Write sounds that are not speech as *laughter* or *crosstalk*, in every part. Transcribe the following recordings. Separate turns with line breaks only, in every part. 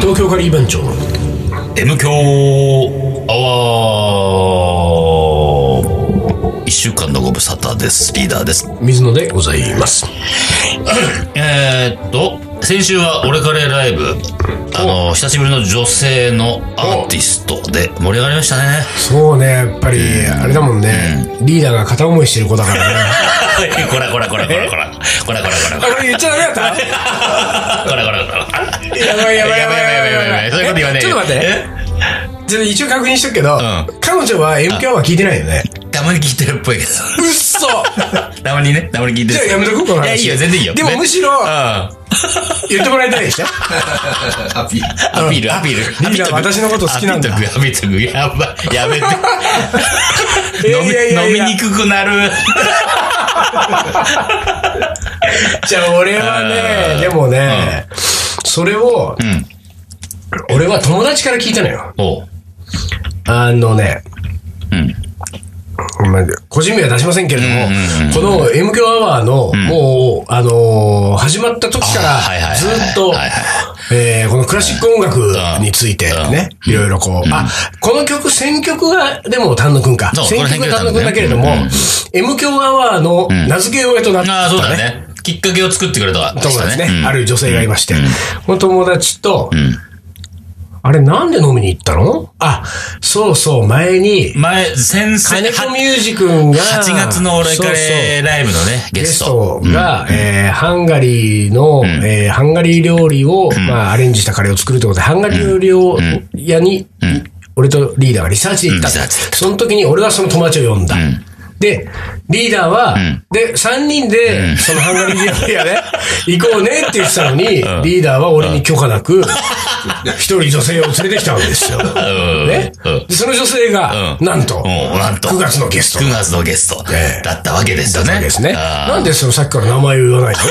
広がり番長の
M 強アワー一週間のご無沙汰です。リーダーです。
水野でございます。
えー、っと、先週は俺カレーライブ、あの、久しぶりの女性のアーティストで盛り上がりましたね。
そうね、やっぱり、あれだもんね。リーダーが片思いしてる子だからね。
*laughs* こらこらこらこらこら。こらこらこらこ
*laughs* あ、これ言っちゃダメ *laughs* だっ
ら。こらこらこら。
たやばいやばいやばいやばいやばい
そういうこと言わね
えち
え
ょ
よ
っと待って。ちょっと一応確認しとくけど、
ん
彼女は M 響は聞いてないよね。
えたまに聞いてるっぽいけど。
*laughs* うっそ
たまにね、たまに聞いてる。
じゃあやめとこうこの話
いや、いいよ、全然いいよ。
でもむしろ
うん。ア
言ってもらいたい *laughs* でしょ
ピール、アピール。
リーダー私のこと好きなん *laughs* だ
アピールアピールやばい、やめて。
*laughs* いやいやいや
飲
い
み
や
飲みにくくなる。
じゃあ俺はね、でもね、それを、
ん
俺は友達から聞いたのよ。
おう。
あのね、
うん。
まあ個人名は出しませんけれども、
うんうんうん
この M 響アワーの、もう、あのー始まった時か
あはいはいは
ら、
い
ずっと
はいは、
えーこのクラシック音楽についてね、いろいろこう、あ、この曲、選曲が、でも丹野くんか
そ。う
選曲が
こ
丹野
れ選曲が丹野
く
く
ん
ん
だ
だ
け
け
れ
れ
ど
ど
も
も、
M 響アワーの名付け親となった、ね
ああ、そうだね。きっかけを作ってくれた人
友
だ
達ね、
うん
ある女性がいまして、この友達と、
ん
あれなんで飲みに行ったのあ、そうそう、前に、
前、先生、
金子ミュ
8
ージ君が、
月の俺カレーライブのね、
ゲ
ゲス
ス
ト
ト。が、えーハンガリーの、えーハンガリー料理を、まあ、アレンジしたカレーを作るってことで、ハンガリー料理を屋に、俺とリーダーがリサーチで行った
うん
の、
リサーチ
その時に俺はその友達を呼んだ。で、リーダーは、で、3人で、そのハンガリー料理屋
*laughs*
で、行こうねって言ってたのに、リーダーは俺に許可なく、一人女性を連れてきたわけですよ。
うん
ね
うん
で、その女性が、
うん
なんと、
うんなんと
9月のゲスト。
9月のゲスト
ええ
だったわけですよね。
ですね。
あ
なんでそのさっきから名前を言わない
*laughs*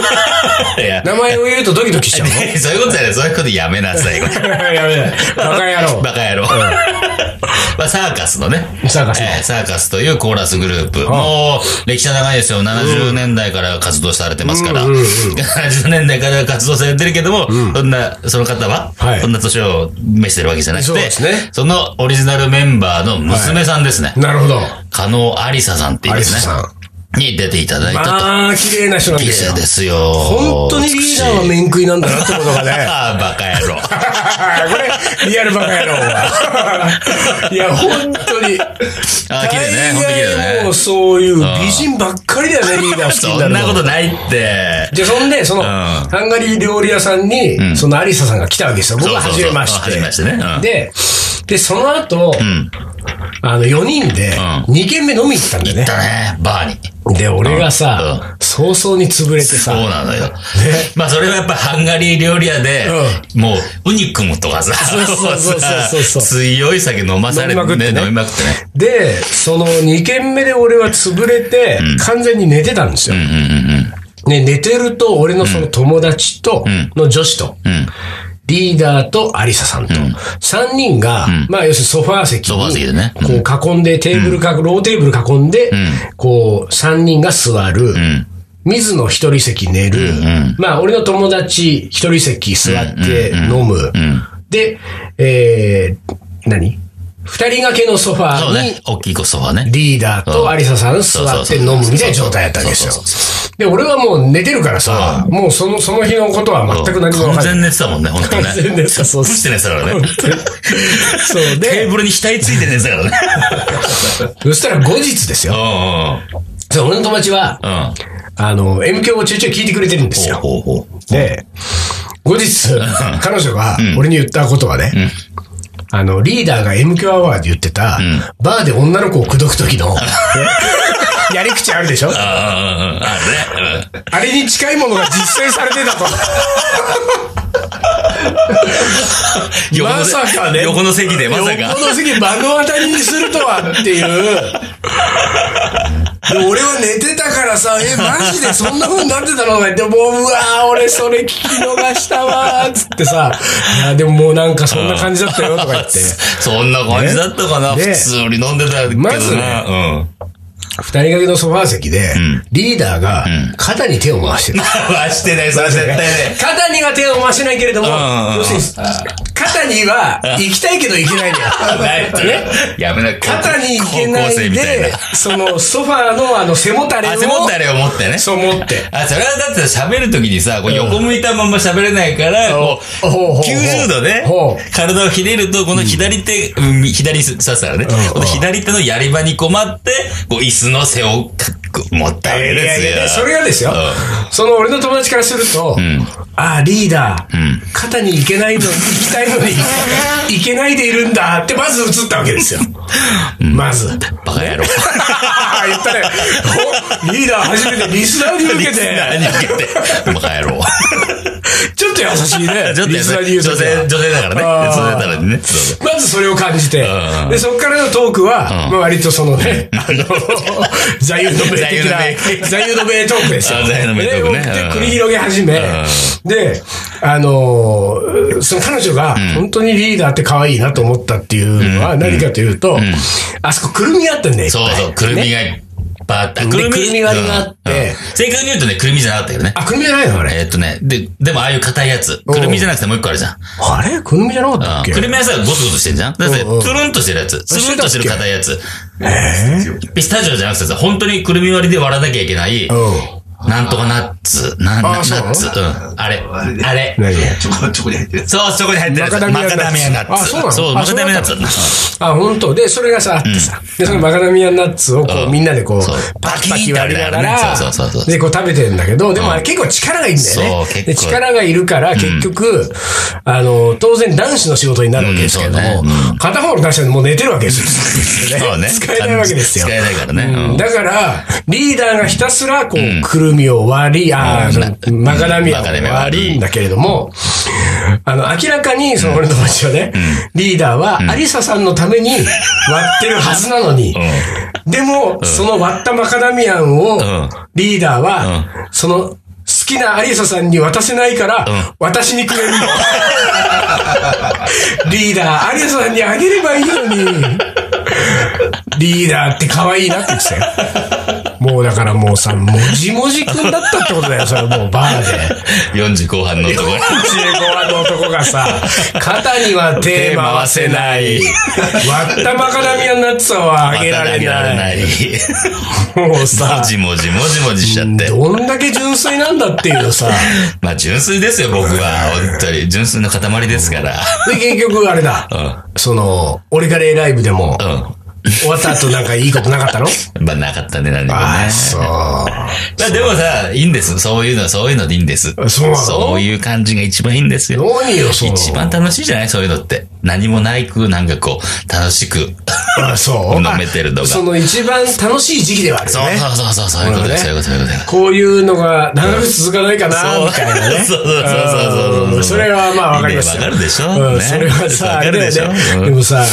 あいや
の名前を言うとドキドキしちゃ
*laughs*
う
そういうことじゃない。そういうことやめなさい。
のやめない。バカ野郎。
バカ野郎。 *laughs* まあ、サーカスのね。
サーカスの
えーサーカスというコーラスグループ。もう、歴史は長いですよ。70年代から活動されてますから。
うんうんうん
70年代から活動されてるけども、そんな、その方は、
はい
そんな年を召してるわけじゃなくて、
そうですね
そのオリジナルメンバーの娘さんですね。
なるほど。
加納ありささんってい
ア
う
リ
です
ス
ね。
さん。
に出ていただいたと。
まあ、綺麗な人なん
美
ですよ
声。ですよ。
本当にリーダーは面食いなんだなってことが
*laughs*
ね。
ああ、バカ
*laughs*
野郎。
これ、リアルバカ野郎
*laughs*
は。いや、本当に。
あー綺麗ね本当綺麗だね
大概もうそういう美人ばっかりだよね、リーダー好きに
そ
なんるの
なことないって。
で、そんで、その、ハンガリー料理屋さんに、そのアリサさんが来たわけですよ。僕は
そう
初
そうそう
めまして。
初めましてねうん
で、で、その後、
ん
あの、4人で、2軒目飲み行ったんだよ
行
ね。
ったね、バーに。
で、俺がさ、早々に潰れて
そう
さ、
なのよ。まあ、それはやっぱハンガリー料理屋で、もう、ウニクムとかさ、
そうそうそうそう
強い酒飲まされ
飲みまくって
ね、
ね
飲みまくってね。
で、その2軒目で俺は潰れて、完全に寝てたんですよ。
うんうん
ね、寝てると、俺のその友達と、の女子と、
うん。うん。
リーダーとアリサさんと、三3人が、まあ要するにソファー席
ソファー席で
に、
ね
こう囲んで、テーブルか、ローテーブル囲んで、こう、3人が座る、水野一人席寝る、まあ俺の友達一人席座って飲む、で、えー、何二人掛けのソファ
そう
ーに
ね、大きいコソファね。
リーダーとアリサさん座って飲むみたいな状態やったんですよ。で、俺はもう寝てるからさ、もうその、その日のことは全く何も分か
完
んない。
全寝てたもんね、本当ね。
完全寝てたそう
無視して寝てたからね。
そう
テー
で、
ブルに額ついて寝てたからね。
そしたら後日ですよ。
う
そう、俺の友達は、
んうん。うん。
あの、M 響をちょいちょい聞いてくれてるんですよ。
ほうほうほう。
で、後日、彼女が俺に言ったことはね、あの、リーダーが M 響アワーで言ってた、バーで女の子を口説く時の、ね *laughs* やり口あるでしょ
ああ、うんうんあるね。うん
あれに近いものが実践されてた *laughs* と。
横の
まさかね
横の席でまさ
よっ
か
ぽ。ど次目の当たりにするとはっていう。で俺は寝てたからさ、え、マジでそんな風になってたのとか言って、もう、うわー俺それ聞き逃したわーっつってさ、いや、でももうなんかそんな感じだったよとか言って、
*laughs* そんな感じだったかな、
ね
普通に飲んでたけど
まず
ね。
二人掛けのソファー席で、リーダーが肩に手
*laughs*
を回してた。
うん。はしてない、それは絶対ね。
肩には手を回してないけれども、
んうんうん
要するに、肩には行きたいけど行けないのよ。
*laughs* ないとね。やめな、
肩に行けない
高校生みたい
で
な、
そのソファーのあの背もたれを。
あ、背もたれを持ってね。
そう持って。
あ、それはだって喋るときにさ、こう横向いたまま喋れないから、こ
ほ
う、
うほうほう
90度ね
ほう、
体をひねると、この左手、うん左す、さしたらね、この左手のやり場に困って、こう、椅子の背をかこう持ったわけ
いやいやい
で
や
す
そ
よ。
れがですよ、その俺の友達からすると、ああ、リーダー、肩に行けないのに、行きたい
*laughs*
のに、行けないでいるんだって、まず映ったわけですよ。まず。
バカ野郎。
言ったね。おリーダー初めてリスナーに向けて、
*laughs* 何受けて。バカ野郎。
ちょっと優しいね。
*laughs* ちょっと
*laughs* リ
や
スナー
っ
に
て
言
女
うときは
性、女性だからね。
あー
女性だからね。そう
*laughs*
そう
まずそれを感じて
う、ん
で、そこからのトークは、まあ割とそのね、あの、 *laughs* 座右の銘的な、座右の銘トークですよ。
あ座右の銘トークね
で
うん
繰り広げ始め、で、あのー、その彼女が本当にリーダーって可愛いなと思ったっていうのは何かというと、あそこくるみあったんだよ。いっぱ
そ
いう
そう、くるみがいっぱいあった。くるみ。
くるみ割りがあって
うんうん正確に言うとね、くるみじゃなかったけどね。
あ、くるみじゃないのあれ。
えーっとね、で、でもああいう硬いやつ。くるみじゃなくてもう一個あるじゃん。
あれくるみじゃなかった
あ
っ
ー
け
くるみはさ、ゴツゴツしてんじゃんだって、
うんうん
つるんとしてるやつ。つるんとしてる硬いやつ。
えー
ピスタチオじゃなくてさ、本当にくるみ割りで割らなきゃいけない、
うん。
なんとかナッツ、なん
あー
なナ
そう
ッツ、うん。あれ、あれ。
何
チョコ、チョコに入ってるやつ。
そう、そこに入ってるやつ。
マカダミアナッツ
ナッツ。
あそうなの
そう、マ
あ
カ
そう
ダ
だ
ミ
っ
ア
た
ナッ
の
ツ。うん
あ、本当で、それがさ、あってさ。で、そのマカダミアナッツをこう、
うん
みんなでこう
そう、
パキパキ割りなが
パ
ら
キッて割りながらねそうそうそう、そう
で、こう食べてんだけど、でもあれ結構力がいいんだよね
そう。結構
で力がいるから、結局、あの、当然男子の仕事になるわけですけども
うんそうね、
片方の男子はもう寝てるわけですよ。
そうね
*laughs* 使えないわけですよ。
使えないからね
うん
うん
だから、リーダーがひたすら、こう、くるみを割り、あー
うん
マカダミアを
マカダミア割り
割るんだけれども、あの、明らかに、その俺の友達はね、リーダーは、アリサさんのために割ってるはずなのに、 *laughs* でも、その割ったマカダミアンを
ん、
リーダーは、その、好きなアリサさんに渡せないから、私にくれる *laughs* の。リーダー、アリサさんにあげればいいのに、リーダーって可愛いなって言ってたよ。もうだからもうさ、もじもじくんだったってことだよ、それもうバーで。
40後半のと
*laughs*
ころ。
45話の男がさ、肩には手回せない。割ったマカダミアナッツはあげられない。
い。
もう
も
さ、
じもじもじもじしちゃって。
どんだけ純粋なんだっていうさ。
まあ、純粋ですよ、僕は。本当に。純粋の塊ですから。
で、結局あれだ。その、俺からライブでも、
う
終わった後なんかいいことなかったの
ん。まあ、なかったね、何もね。
ああ、そう。
まあでもさ、いいんです。そういうのはそういうのでいいんです。
そうなの
そういう感じが一番いいんですよ。
何よ、その。
一番楽しいじゃないそういうのって。何もないく、なんかこう、楽
*laughs*
しく。
あそう。
飲めてるのが
その一番楽しい時期ではあるよ
そう
ね。
そうそうそう、そういうことだ、そういうこと、そういうことだ。
こういうのが長く続かない
*laughs*
かな、みたいなね。
そうそうそうそうそううん
それはまあわかりますよ
ねわかるでしょ
うん
ね
それはさ、
わかるでしょ
あれだよね
うん
でもさ、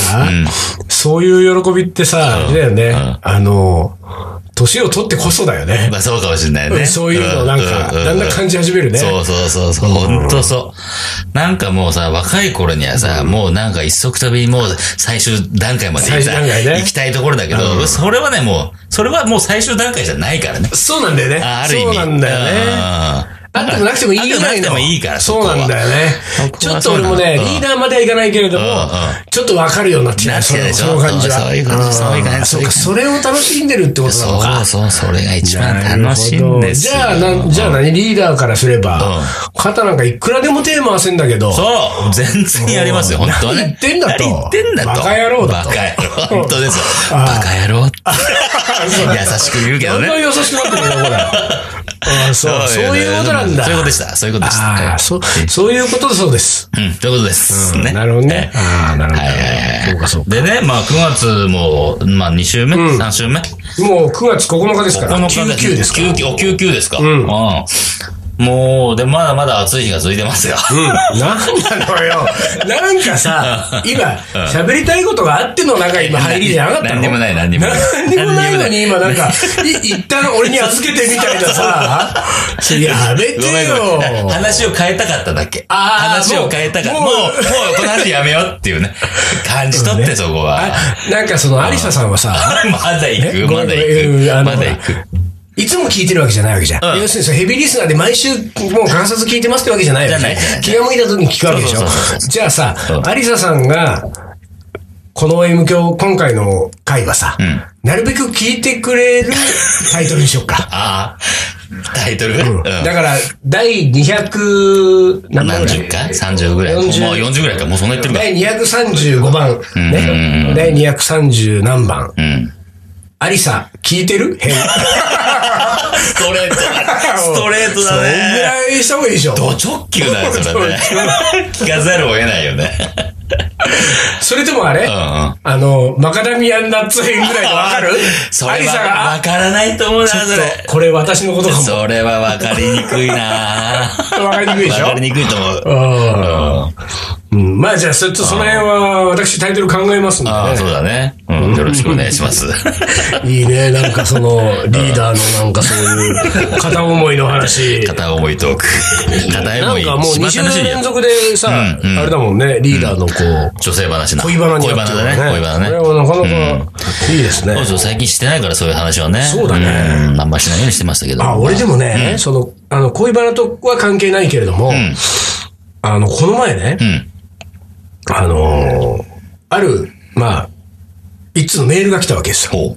そういう喜びってさ、あれだよね。あの、年を取ってこそだよね。
まあそうかもしれないね。
そういうのなんか、
うう
だんだん感じ始めるね。
そうそうそうそう、ほんとそう。なんかもうさ、若い頃にはさ、もうなんか一足飛びもう最終段階まで行
最
き
終
た
段階
い,、
ね
行きたいところだけど、それはね、もう、それはもう最終段階じゃないからね。
そうなんだよね。
あある意味。
そうなんだよね。
ね。
あってもなくてもいいぐらいの。
あってもなくてもいいから
そ
そうこは
なんだよね
そ。こ
ちょ
は
っと
そう
俺
な
も
の
ね、
うん
リーダーまではいかないけれども
うんうん、
ちょっとわかるようになってきた。
なってき
そ
た
の
でしょ
その感じは。
そうそういう感じ
ん
そういう感じ
そうか、それを楽しんでるってことなの
そ
か
う。そう、それが一番楽しいんですよ。
なるほどじゃあ、なんじゃあ何リーダーからすれば、
うん
肩なんかいくらでも手回せんだけ *laughs* ど、
そう全然やりますよ、本当はね。
何言ってんだと
何言ってんだと。
バカ野郎だと
バカ野郎。本当ですよ。バカ野郎って。優しく言うけ
だ
ど
んだん
ね。
優しくなってくる
*laughs*
よ、これ。ああそう、そういうことなんだ。
そういうことでした。そういうことでした。
ああ、そう、そういうことだそうです。
うん、ということです。ね。
なるほどね。
ええ
ああ、なるほど。
はいはいはい。
そうかそうか。
でね、まあ、9月も、まあ、2週目 ?3 週目
もう9月9日ですから、
9日
99ですから。
9お99ですか。うん。もう、で、まだまだ暑い日が続いてますよ。
うん。なんなのよ。なんかさ、今、喋りたいことがあってのなんか今入りじゃなかったの
何にもない何にもない
何にもないのに今なんか、い一旦俺に預けてみたいなさ、
*laughs*
やめ
ごめ
て
んごめん。
よ。
話を変えたかっただけ。
あー
話を変えたかった。
も
も
う
う、もう、この話やめようっていう
*laughs*
ね。感じ取って、そこは。
あなんかその、アリサさんはさ、
まだ行
え
く、
ごめ
ま
んごめ
だ
んうん
行
あ
く、
の
まだ行く。
いつも聞いてるわけじゃないわけじゃん。
うん
要するにそのヘビーリスナーで毎週もう観察聞いてますってわけじゃないわけ
じ
じ
ゃ
ゃ
ないじゃない
気が向いた時に聞くわけでし
そう
ょ
そうそうそ。
じゃあさ
う、ん
アリサさんが、この M 教、今回の回はさ、
ん
なるべく聞いてくれるタイトルにしよっか。
ああ、タイトル、うん、
だから、第200、
何十か ?30 ぐらい。もう
40
40ぐらいか。もうそんな言ってるか。
第235番、
うんうんう
ね。第230何番。
うん。
アリサ、聞いてる編。
ストレート
*laughs*
だ。 *laughs* ストレート
そんぐ
だね。
らいした方がいいでしょ。
ド直球だよ、それね。聞かざるを得ないよね。
それともあれ、
うんうん。
あの、マカダミアンナッツ編ぐらいでわかる
*laughs* そ
アリ
れ
サ
は
が、
わ
あ
からないと思うな、
ちょっ
それ。
と、これ私のことかも。
それはわかりにくいな。
わかりにくいでしょ
わかりにくいと思う。
あ
うん
ーうん、まあじゃあ、それとその辺は私タイトル考えますんで
ああ、そうだね。うん。よろしくお願い
*laughs*
します。
ね。いいね、なんかそ
*laughs*
の、リーダーのなんかそういう、片思いの話。
片思いトーク。片
な
思
ん
い。
かもう2週連続でさ、
うんうん
あれだもんね、リーダーのこう、
女性話な。
恋バナに
恋
なっ
バ
てる
ナだね。恋バナね。
これはなかなかいいですね。
そうそう、最近してないからそういう話はね。
そうだね
うん。あんましないようにしてましたけど。
あ、俺でもね、その、あの、恋バナとは関係ないけれども、
ん
あの、この前ね
う、ん。
あのーある、まあ、一通のメールが来たわけですよ。
おう。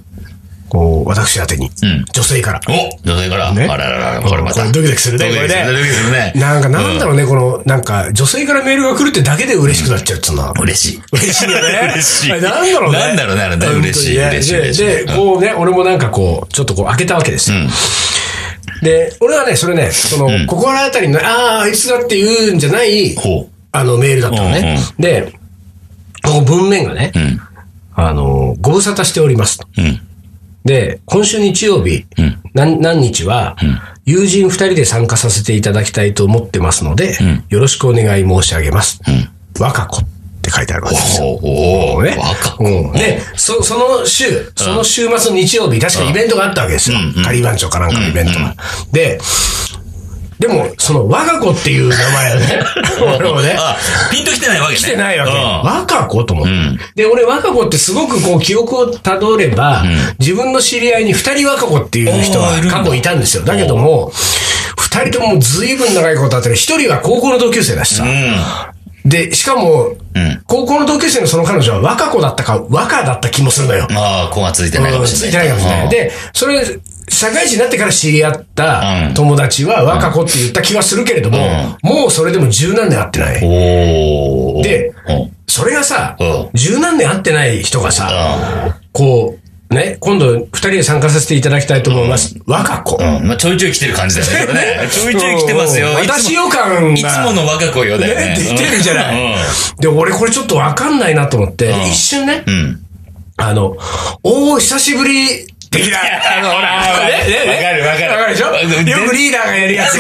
こう、私宛てに。
うん。
女性から。
お女性から。
ね
あらららら、これまた。
これドキドキするね
ドキドキ
これね
ドキドキするね。
なんか、なんだろうね、この、なんか、女性からメールが来るってだけで嬉しくなっちゃうっつうのは。
嬉しい。。
嬉しいよね
*laughs* 嬉しい。
あれなんだろうね。
なんだろうねあれね嬉しい
本当にね
嬉しい
で
嬉しい
で、こうね、俺もなんかこう、ちょっとこう開けたわけですよ。で、俺はね、それね、その、心当たりの、ああ、あいつだって言うんじゃない、
ほ
あの、メールだったのね。で、この文面がね、
う。うん。
あの、ご無沙汰しております。
うん。
で、今週日曜日、
うん
何何日は、友人二人で参加させていただきたいと思ってますので、
ん
よろしくお願い申し上げます。
ん
若子って書いてあるわけですよ。
おうおう
ね
若
うんで、そ、その週、その週末の日曜日、確かイベントがあったわけですよ。
うんうん
カリー番長かなんかのイベントが。で、でも、その、我が子っていう名前は
*laughs*
ね、俺もね、
あ、ピンと来てないわけね。
来てないわけ。
う
若子と思って。
ん
で、俺若子ってすごくこう記憶をたどれば、自分の知り合いに二人若子っていう人
おー
が
いるんだ
過去いたんですよ。だけども、二人ともずいぶん長いことあって、一人は高校の同級生だしさ。で、しかも、
ん
高校の同級生のその彼女は若子だったか、若だった気もするのよ。
ん。ああ、子がついてないかも
うん
し
つい
れ
てな
な。
いいかもしれない。で、それ、社会人になってから知り合った友達は若子って言った気はするけれども、もうそれでも十何年会ってない。
おお。
で
うん、
それがさ
うん、
十何年会ってない人がさ、こう、ね、今度二人で参加させていただきたいと思います。若子。
うん。うん。まあ、ちょいちょい来てる感じだよねこ
*laughs*
れね。ちょいちょい来てますよ。
うん
いつも
私予感が。
いつもの若子よ
ね
ね。
って言ってるじゃない
うん *laughs*
で、俺これちょっとわかんないなと思って、一瞬ね、
うん。
あの、おー、久しぶり的な、 *laughs* あの、ほら、ね、ね、ね
わかるわかる
わかるでし
うん
ょよくリーダーがやるや *laughs* つ。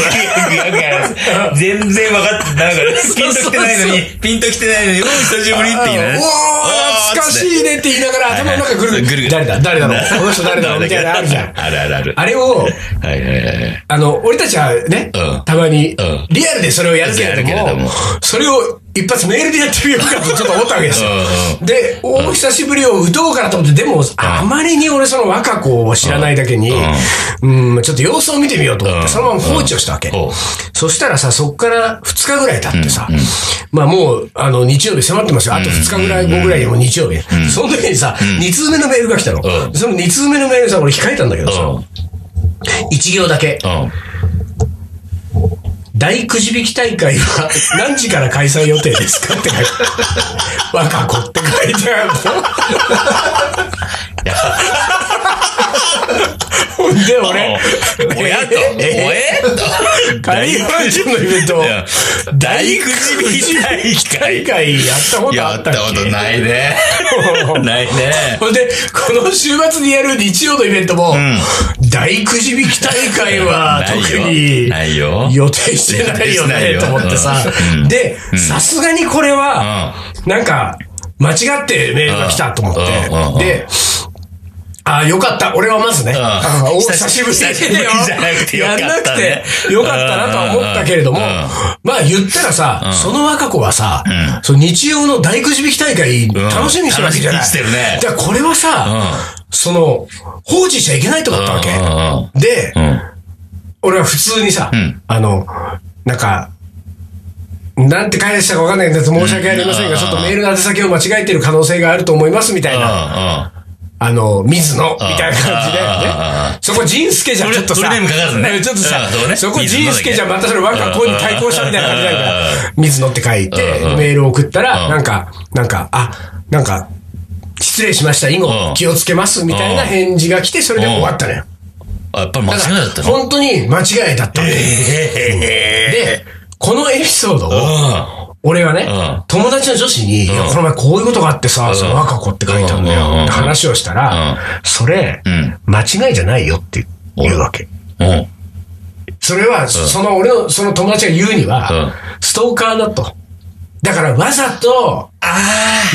全然分か
*laughs*
ってないから、ピンときてないの
そうそう
に、ピンときてないのに、おい、久しぶりって言う
う
ね
んおー、懐かしいねって言いながら頭の中ぐるぐ
ぐるぐ
る。
る
誰だ誰 *laughs* だろうこの人誰だろうみたいなのあるじゃん。
*laughs* あるあるある。
あれを、
はいはいはい。
あの、俺たちはね、
うん
たまに、
ん
リアルでそれをやるけれども、
やるけれども
それを一発メールでやってみようかとちょっと思ったわけですよ。
*laughs* う
で、お久しぶりを打とうかなと思って、でも、あまりに俺その若子を知らないだけに、うん、ちょっと様子を見てみようと思って、
うん
そのまま放置をしたわけ。
ほう
そしたらさ、そっから2日ぐらい経ってさ、まあもう、あの、日曜日迫ってますよ。あと2日ぐらい後ぐらいにもう日曜日。その時にさ、2通目のメールが来たの。
うん
その2通目のメールさ、俺控えたんだけどさ、
うん。
1行だけ。
うん。
大くじ引き大会は何時から開催予定ですかって書いてある。若子って書いてあるの。ほんで俺、
親と、
え
えと、
カリーファンジのイベント
いや、大くじ引き大
大
会。
会やったことあ
や
っ
ったた
っけ
ことな
*laughs*
いね。ないね。
ほんで、この週末にやる日曜のイベントも、大くじ引き大会は
ないよ
特に
ないよ
予定してないよ
ない
ね
よ
と思ってさ
う。ん
で、さすがにこれは、なんか、間違ってメールが来たと思って
うんうんうんうん。
で、ああ、よかった。俺はまずね。ああお久
久し
し
ぶ
ぶ
り
り
久しぶりじ *laughs* ゃなくてよかった
や
ね
んなくてよかったなとは思ったけれども、
うん
まあ言ったらさ、その若子はさ、
ん
その日曜の大くじ引き大会楽しみにしてるわけじゃない。
楽しみにしてるね
じゃあこれはさ、その、放置しちゃいけないとかだったわけ。
うん
で、
うん。うん。
俺は普通にさ、
ん
あの、なんか、なんて返したかわかんないんです。申し訳ありません
うん
が、ちょっとメールの宛先を間違えてる可能性があると思います、みたいな。あの、水野、みたいな感じで、
あ
ね。そこ、仁助じゃちょっと
フル
さ、
ネームかかる
*laughs*
ね
ちょっとさ
うんそう、ね
そこ、仁助じゃまたそれ若子に対抗したみたいな感じだか
う
ら、水野って書いて
うん、
メールを送ったら、
うん
なんか、なんか、あ、なんか、失礼しました、以
うん
後、気をつけます、みたいな返事が来て、それで終わったのよ。
あ、やっぱり間違
だか
いだった
ら、
の
本当に間違いだったわけ。
ええ。
で、このエピソード
う
を、
ん。
俺はね
うん、
友達の女子に、いやこの前こういうことがあってさ、その若子って書いたんだ
うんうんうん
よって話をしたら、それ
ん、
間違いじゃないよって言うわけ。
うん。
それは、その俺の、その友達が言うに
うん
は、ストーカーだと。だからわざと、
あ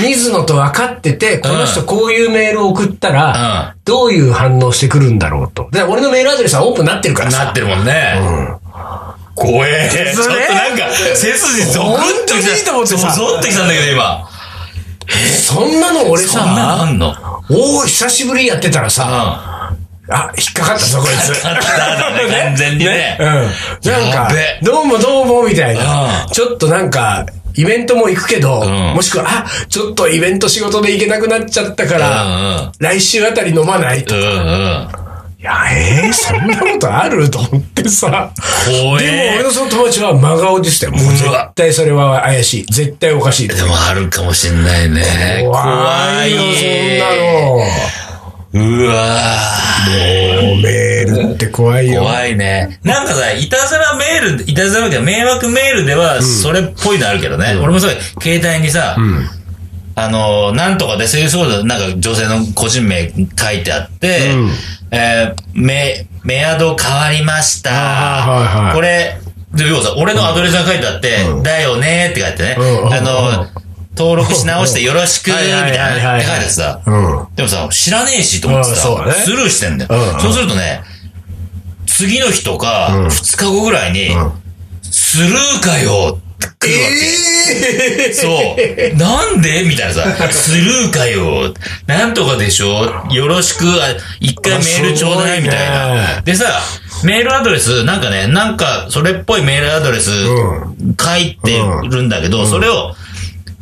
水野と分かってて、この人
うん
こういうメールを送ったら
う、
どういう反応してくるんだろうと。で、俺のメールアドレスはオープンになってるから
あ。な
さ
っ。てるもんね。怖え。ちょっとなんか、背筋ゾクンときた。ゾってきたんだけど、今。
そんなの俺
そんなの
さ、
あんの
おー、久しぶりやってたら
う
さ、
ん。
あ、引っかかったぞ、こいつ。
あっただ
*laughs*
ね、完全にね。
うん。なん
や
か
べ、
どうもどうもみたいな
う。
ちょっとなんか、イベントも行くけど、
ん
もしくは、あ、ちょっとイベント仕事で行けなくなっちゃったか
う
ら、
ん
来週あたり飲まないと。い
うん。うんうん。
や、えー、そんなことあると思ってさ。
怖
でも俺
え。
のその友達は真顔でしたよ。もう絶対それは怪しい。絶対おかしいと
で
思う。
もあるかもしんないね。
怖いよ、そんなの。
そんなの。うわー
メールって怖いよ。
怖いね。なんかさ、いたずらメール、いたずらメール迷惑メールでは、それっぽいのあるけどね。俺もそう、携帯にさ、あのー、なんとかで、そういうそうだ、なんか女性の個人名書いてあって、えー、め、メアド変わりました。
あーはいはい
これ、で、要はさ、俺のアドレスが書いてあって、だよねーって書いてね、
うんうん
あのー、登録し直してよろしく、み
は
た
い
い
はいはい
な
は
ね
い
って書いてさ、
うん。
でもさ、知らねえしと思って
うんそう
さ、
だね
スルーしてんだよ、
うんうん
そうするとね、次の日とか、2日後ぐらいに、スルーかよって来るわ
ええ
け。そう。なんでみたいなさ、スルーかよ。なんとかでしょよろしく、あ一回メールちょうだい、みたい
すごい
な。
ね
でさ、メールアドレス、なんかね、なんか、それっぽいメールアドレス
う
書いてるんだけど、それを、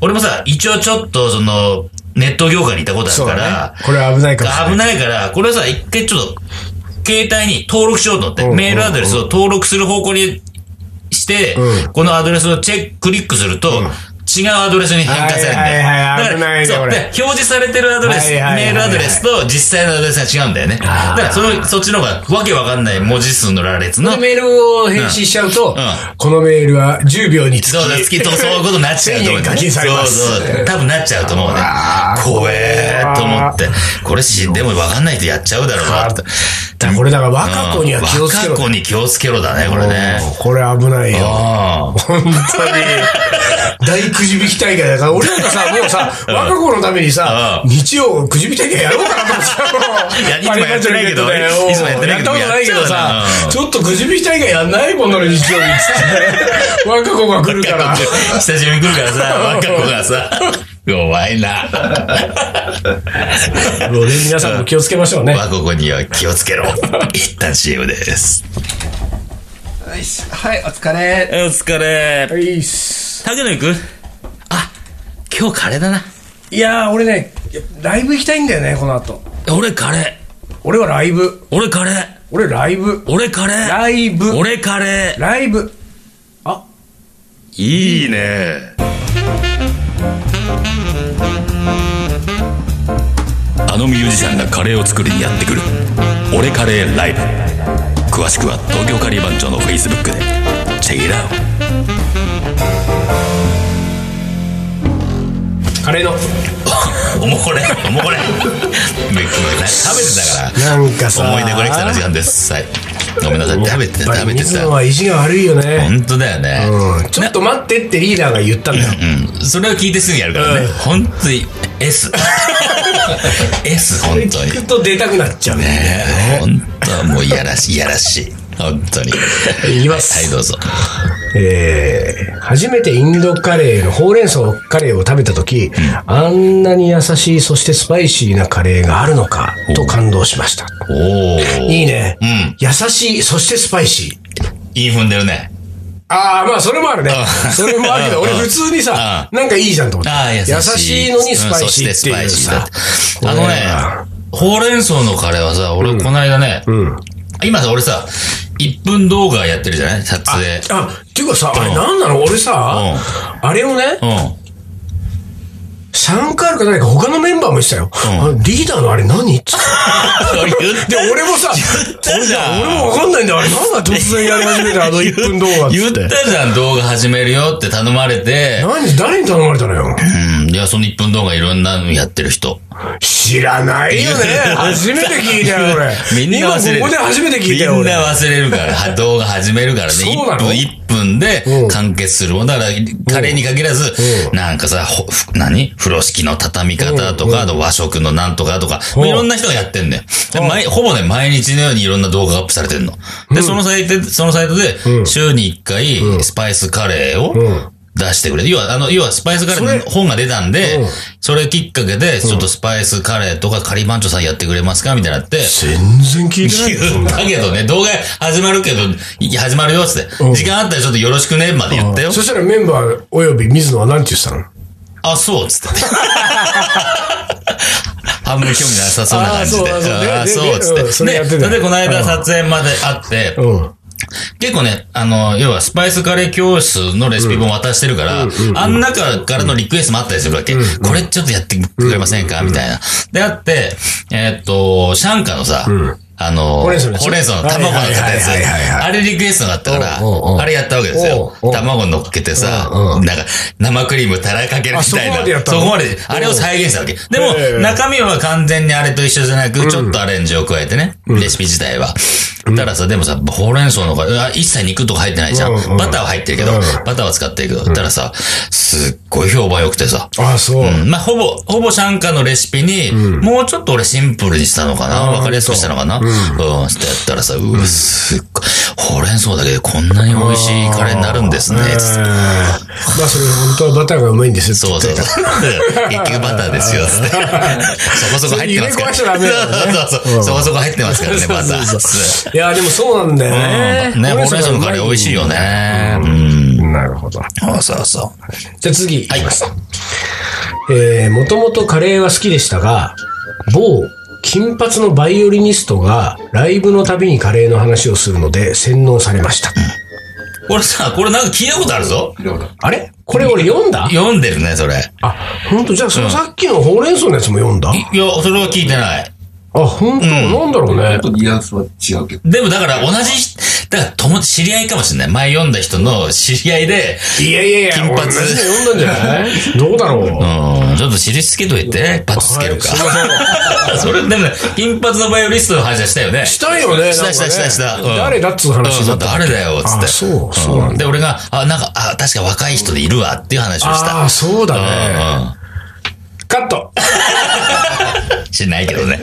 俺もさ、一応ちょっと、その、ネット業界にいたことある
そう
か
だね
ら、。
これ危ないかもしれない。
危ないから、これさ、一回ちょっと、携帯に登録しようと思って、
うんうん
メールアドレスを登録する方向にして、
う
このアドレスをチェック、クリックすると、違うアドレスに変換されるんだよ。
はいはいはい
だから
危ないね
そう
これ
で表示されてるアドレス、
はいはいはいはい
メールアドレスと実際のアドレスが違うんだよね。だからその、そっちの方がわけわかんない文字数の羅列の
この、メールを返信しちゃうと、
ん
このメールは10秒につき。
そうだ、月とそういうことになっちゃうと思う、
1000円課金されます
そうそう。多分なっちゃうと思うね。怖えーと思って。これし、でもわかんない人やっちゃうだろうなっ
だ
て。
からこれだから若子には気をつけろ。
若子に気をつけろだね、これね。
うんこれ危ないよ。
ああ。
本当に。大くじ引き大会だから、俺なんかさ、もうさ、若子のためにさ
う、
日曜くじ引き大会やろうかなと思ってさ、
いやいつもやってないけど
パリバンジャネットで
いつもやってない
や
け
っ
ど
たことないけどさ
やっちゃうなうん、
ちょっとくじ引き大会やんないこんなの日曜日っつって。若子が来るから。
久しぶりに来るから
*laughs*
さ、若子がさ、弱いな。
もうね皆さんも気をつけましょうね。
若子には気をつけろ。一旦 CM です。
よしはい、お疲れ。
お疲れ。
いいっす。
竹野行くあ、今日カレーだな。
いやー、俺ね、ライブ行きたいんだよね、この後。
俺カレ
俺はライブ
ー。。俺カレー。
俺ライブ。
俺カレー。
ライブ。
俺カレー。
ライブ。
いいね。
あのミュージシャンがカレーを作りにやってくる「俺カレーライブ」詳しくは東京カリー番長の Facebook でチェックイラー
カレーの。
おもこれ、おもこれ。め食べてたから。
なんかさ、
思い出コレクターの時間です。はい。ごめんなさい。食べて、
やっぱ
食
り
べて
水野
さ。
は意地が悪いよね。
本当だよね。
うん。ちょっと待ってってリーダーが言ったんだよ。
うん。それを聞いてすぐやるからね。本当に S。 S、本当に
聞。くと出たくなっちゃうね。
ねえ本当もういやらしい、いやらしい。本当に。
いきま
はい、
す。
どうぞ。
えー初めてインドカレーのほうれん草カレーを食べたとき、あんなに優しい、そしてスパイシーなカレーがあるのか、と感動しました。
おー。
いいね。
うん。
優しい、そしてスパイシー。
いい踏んでるね。
ああ、まあ、それもあるね。
うん
それもあるけど、
うん
俺普通にさ、なんかいいじゃんと思って。
ああ、優しい。
優しいのにスパイシーっていうさ
うんそしてス。パイシーだあのね、ほうれん草のカレーはさ、俺この間ね、
これは。うん。
今さ、俺さ、1分動画やってるじゃない撮影。
あ、っていうかさ、あれなんなの俺さ、あれをね
う、ん。
*laughs* 参加あるか誰か他のメンバーも言ってたよ。
うん
あリーダーのあれ何つって
言って
で、俺もさ、
たじゃん。
俺もわかんないんだよ。あれなんだ突然やり始めたあの1分動画っ
言
つ
っ
って。
たじゃん、動画始めるよって頼まれて、
何誰に頼まれたのよ。
うん。いや、その1分動画いろんなのやってる人。
知らないよね。初めて聞いたよ、俺。
みんな忘れる。
今ここで初めて聞いたよ、
みんな
俺。
忘れるから、は動画始めるからね。
そうな
1
の
分、一分で
うん
完結するもんだから、カレーに限らず、なんかさ、ほふ何風呂敷の畳み方とか、あと和食のなんとかとか、
うん
いろんな人がやってんだよ。で毎ほぼね、毎日のようにいろんな動画がアップされてんの。で、そのサイトで、そのサイトで、週に1回、スパイスカレーを、出してくれ。要は、あの、要は、スパイスカレーの本が出たんで、それきっかけで、ちょっとスパイスカレーとかカリバンチョさんやってくれますかみたいになって、
全然聞いてないよ、そんな。
*laughs* だけどね、動画始まるけど、い始まるよっつって、時間あったらちょっとよろしくね、まで言ったよ。
そしたらメンバーおよび水野は何て言ってたの
あ、そうっつって。 *laughs* あんまり興味なさそうな感じで。
あそうそうで
あ、
で
そうっつ
うんそれやってた
って。
よ
で、それでこの間撮影まであって、
うん。
結構ね、あの、要はスパイスカレー教室のレシピ本渡してるから、あん中からのリクエストもあったりするわけ。これちょっとやってくれませんかみたいな。で、あって、えーっと、シャンカのさ、あの、
ほうれん草のやつ
ほうれん草の卵のったやつ。
はいはいはいはいはい
あれリクエストがあったから
おうおうおう、
あれやったわけですよ
おうお。う
卵乗っけてさ
うんう、
なんか生クリームたらかけるみたい
あそこまでやっ
な。
たの
そこまで、あれを再現したわけ。で
へえ
も、中身は完全にあれと一緒じゃなく、ちょっとアレンジを加えてね、レシピ自体は。たださ、でもさ、ほうれん草の方が、あ一切肉とか入ってないじゃん
うんうん。
バターは入ってるけど
うん、
バターは使ってるけど、たださ、すっごい評判良くてさ。
ああ、そう。
うんまあ、ほぼ、ほぼシャンカのレシピに、もうちょっと俺シンプルにしたのかなわかりやすくしたのかなうん、ってやったらさ、うわ、すっごい、ほうれん草だけでこんなに美味しいカレーになるんですね、
え
つっ
ー
て。
まあ、それ本当はバターがうまいん
*laughs*
ですよ。
そうそうそう。結局バター *laughs* ですよ、つって。そこそこ入ってますか
それ入れ込
ら。
ましちゃダメだからね
そうそうそう。そこそこ入ってますからね、バター。
いや、でもそうなんだよ
うん
ね。
ね、ほうれん草のカレー美味しいよね。
なるほど。
うん。そうそう。
じゃあ次いきます。えー、もともとカレーは好きでしたが、某金髪のバイオリニストがライブのたびにカレーの話をするので洗脳されました。
これさ、これなんか聞いたことあるぞ。
あれこれ俺読んだ
読んでるね、それ。
あ、ほんとじゃあそのさっきのほうれん草のやつも読んだ
いや、それは聞いてない。
あ、ほんとなんだろうね
ちょ。っとニュアンスは違うけど。
でもだから同じ、だから友、知り合いかもしれない。前読んだ人の知り合いで、
いやいやいや、
金髪
同じの読んだんじゃないどうだろう。
うん、ちょっと印つけといてね、バツつけるか。 *laughs* それ、でもね、金髪のバイオリストの話はしたよね。
したいよね。
したしたしたした
なんかね
うん
誰だっつう話だ
う
っ
ん
た。
誰だよ、つって。
あそうそうなんだ
んで、俺が、あ、なんか、あ、確か若い人でいるわっていう話をした。
ああ、そうだね。
う
カッ
*laughs*
ト
んうん。しないけど
*laughs*
ね。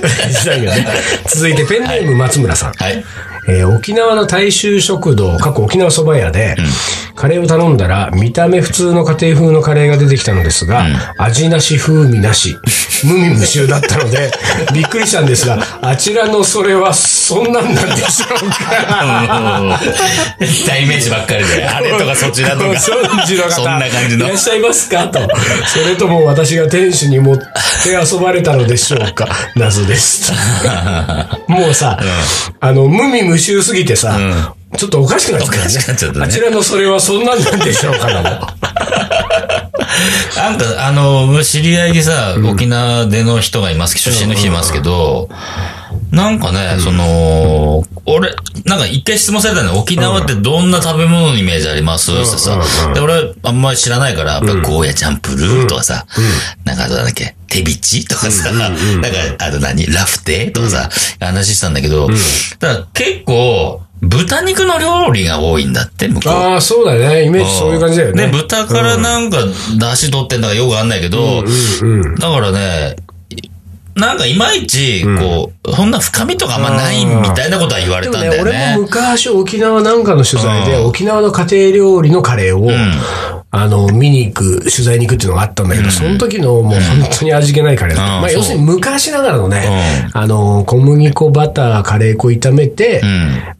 続いてペンネーム松村さん。
はい。 *laughs*
えー沖縄の大衆食堂、過去沖縄そば屋で、カレーを頼んだら、見た目普通の家庭風のカレーが出てきたのですが、味なし風味なし、無味無臭だったので、びっくりしたんですが、あちらのそれはそんなんなんでしょう
*laughs*
か。
代名詞ばっかりで、あれとかそちらとか。
*laughs* そちらの方
そんな感じ
*laughs*
の
いらっ。しゃいますかと。それとも私が店主に持って遊ばれたのでしょう
*laughs*
か謎です。もうさ、あの、無味無臭すぎてさ、ちょっとおかしくなっちゃった、
おかしくなっちゃったね
あちらのそれはそんなんなんでしょうかなの。
*laughs* なんか、あの、知り合いにさ、沖縄での人がいます、出身の人いますけど、なんかね、その、俺、なんか一回質問されたのよ沖縄ってどんな食べ物のイメージありますってさ、で、俺、あんまり知らないから、やっぱゴーヤチャンプルーとかさ、なんかあとなんだっけ、手びちとかさ、なんか、あと何、ラフテーとかさ、話したんだけど、ただ結構、豚肉の料理が多いんだって、向こう。
ああ、そうだね。イメージそういう感じだよね。
で、豚からなんか、出汁取ってんだかよくわかんないけど、だからね、なんかいまいち、こう、そんな深みとかあんまないみたいなことは言われ
で
たん
もね、
だよ
俺も
ね。
昔沖縄なんかの取材で、
うん
沖縄の家庭料理のカレーを、あの、見に行く、取材に行くっていうのがあったんだけど、その時のもう本当に味気ないカレーだった。
うん
まあ、
そう
要するに昔ながらのね、あの、小麦粉、バター、カレー粉炒めて、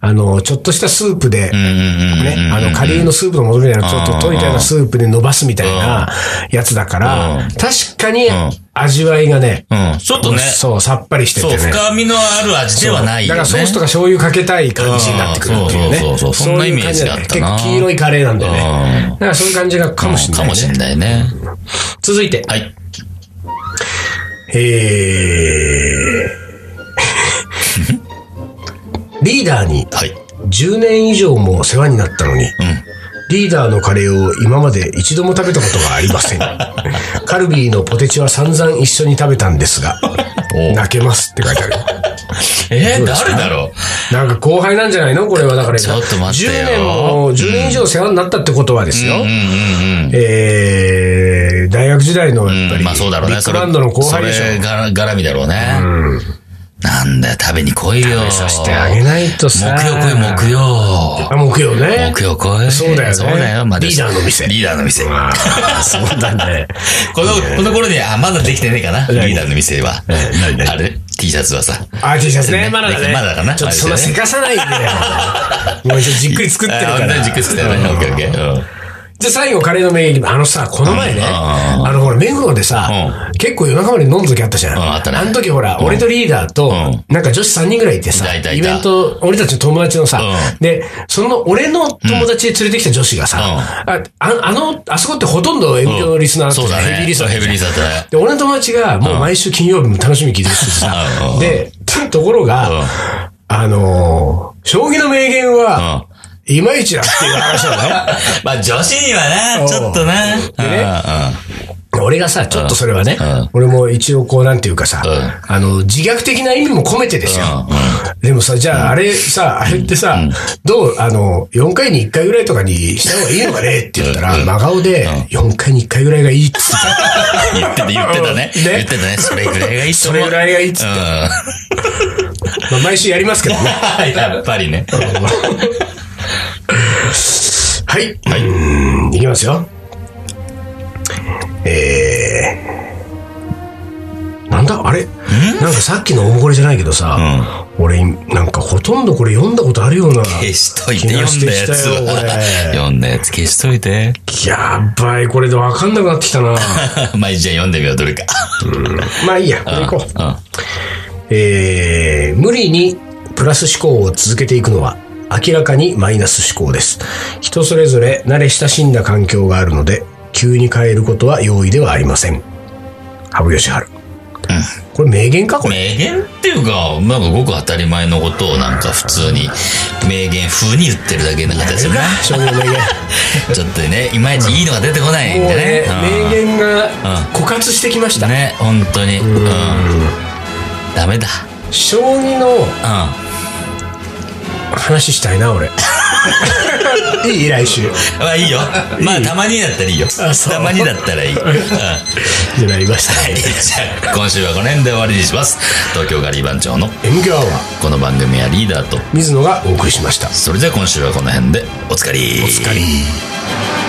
あの、ちょっとしたスープで、
うんうんうん。
ね、あの、カレーのスープの素みたいな、ちょっと溶いたようなスープで伸ばすみたいなやつだから、確かに味わいがね、
うん。ちょっとね、
そう、さっぱりしてて
そう、
ね。
深みのある味ではないよ
だから
ね。
ソースとか醤油かけたい感じになってくるっていうね。
うんそうそうそうそうそんなイメージがあったな
そういう感じだね結構黄色いカレーなんだよね
う。ん
だからそういう感じがかもしれない、
か
ね。
もしれないね。
続いて。
はい。 *laughs*
えー。リーダーに
はい。
10年以上も世話になったのに、リーダーのカレーを今まで一度も食べたことがありま
*laughs*
せん。カルビーのポテチは散々一緒に食べたんですが、泣けますって書いてある。
えー、誰だろう
なんか後輩なんじゃないのこれはだから
ちょっと待ってよ
10年も、10年以上世話になったってことはですよ。
うんうんうん。
えー、大学時代のやっぱり、
まあそうだろう
ビ
ね。
ッグバンドの後輩でしょ
そ。れが絡みだろうね。なんだよ、食べに来いよ。
させてあげないと
木
さ。
曜来い、木曜。
あ、木曜ね。
木曜来い。
そうだよね
そうだよ、まあ
リーダーの店
リーダーの店。
あー *laughs* そうだね。
この、この頃に、あ、まだできてねえかな。リーダーの店は。あれ ?T シャツはさ。
あ、T シャツね。まだだね。
まだだな
ちょっとそんなせかさないで
*laughs*
よ。もう一応じっくり作ってるから。
あじっくり作ってるね。オッケーオッケー。うん
で、最後、カレーの名義、あのさ、この前ね、
うん
あの、ほら、目黒でさ、結構夜中まで飲む時あったじゃん。
うんあったね
の時、ほら、俺とリーダーと、
う
なんか女子3人ぐらいいてさ、
いたいたい
イ
た
ベント、俺たちの友達のさ、
うん
で、その、俺の友達で連れてきた女子がさ、あああの、あそこってほとんど M 響のリスナーだ
そう
った
だ
じゃん
ね。
ヘビーリスナーだ
ヘ
っ
ビ
た
ー
じゃん
リスナーだね。
で、俺の友達が、もう毎週金曜日も楽しみに聞いてるってさ
う、ん
で、ところ
うん
が、あのー、将棋の名言は、いまいちだっていう話なのね。
まあ女子にはな、ちょっとな。う
俺がさ、ちょっとそれはね
うん、
俺も一応こうなんていうかさ、
う
あの、自虐的な意味も込めてですよ。でもさ、じゃああれさ、あれってさ、どう、あの、4回に1回ぐらいとかにした方がいいのかねって言ったら、真顔で、4回に1回ぐらいがいいっつってた。
んうん。言ってた、言ってたね。
うんね
言ってたね。それぐらいがいいと
そ
思う
れぐらいがいいっつって。
う
まあ毎週やりますけどね。
ん。
*laughs*
やっぱりね。
はい。はい。いきますよ。えー。なんだあれなんかさっきのおもこれじゃないけどさ、俺、なんかほとんどこれ読んだことあるような。
消しといて、読んだやつ
気がしてきた
*laughs* は。
よ
読んだやつ消しとい
*laughs*
て。
やっばい、これでわかんなくなってきた
*laughs*
な。
まあじゃあ読んでみよう、どれか。
まあいいや、これいこう。
うん。
えー無理にプラス思考を続けていくのは明らかにマイナス思考です。人それぞれ慣れ親しんだ環境があるので、急に変えることは容易ではありません。羽生善治。これ名言かこれ。
名言っていうか、なんかごく当たり前のことをなんか普通に、名言風に言ってるだけな
*laughs*
形ですよね。
将棋の名言。
ちょっとね、いまいちいいのが出てこないん
もう
で
ね
ね、。
名
うん
言が枯渇してきました。
ね、本当に。うん。ダメだ。
将棋の
うん。
話したいな、
*laughs*
俺。いい来週。
まあい
*laughs*
いよ。まあたまにだったらいいよ。
そう
たまにだった
*laughs*
らいい。うんはい。
になりましたね。
じゃあ、 *laughs* 今週はこの辺で終わりにします。東京ガリバン長の
M 響アワー、
この番組はリーダーと、
水野がお送りしました。
それでは今週はこの辺でおつかり。お
お疲れ。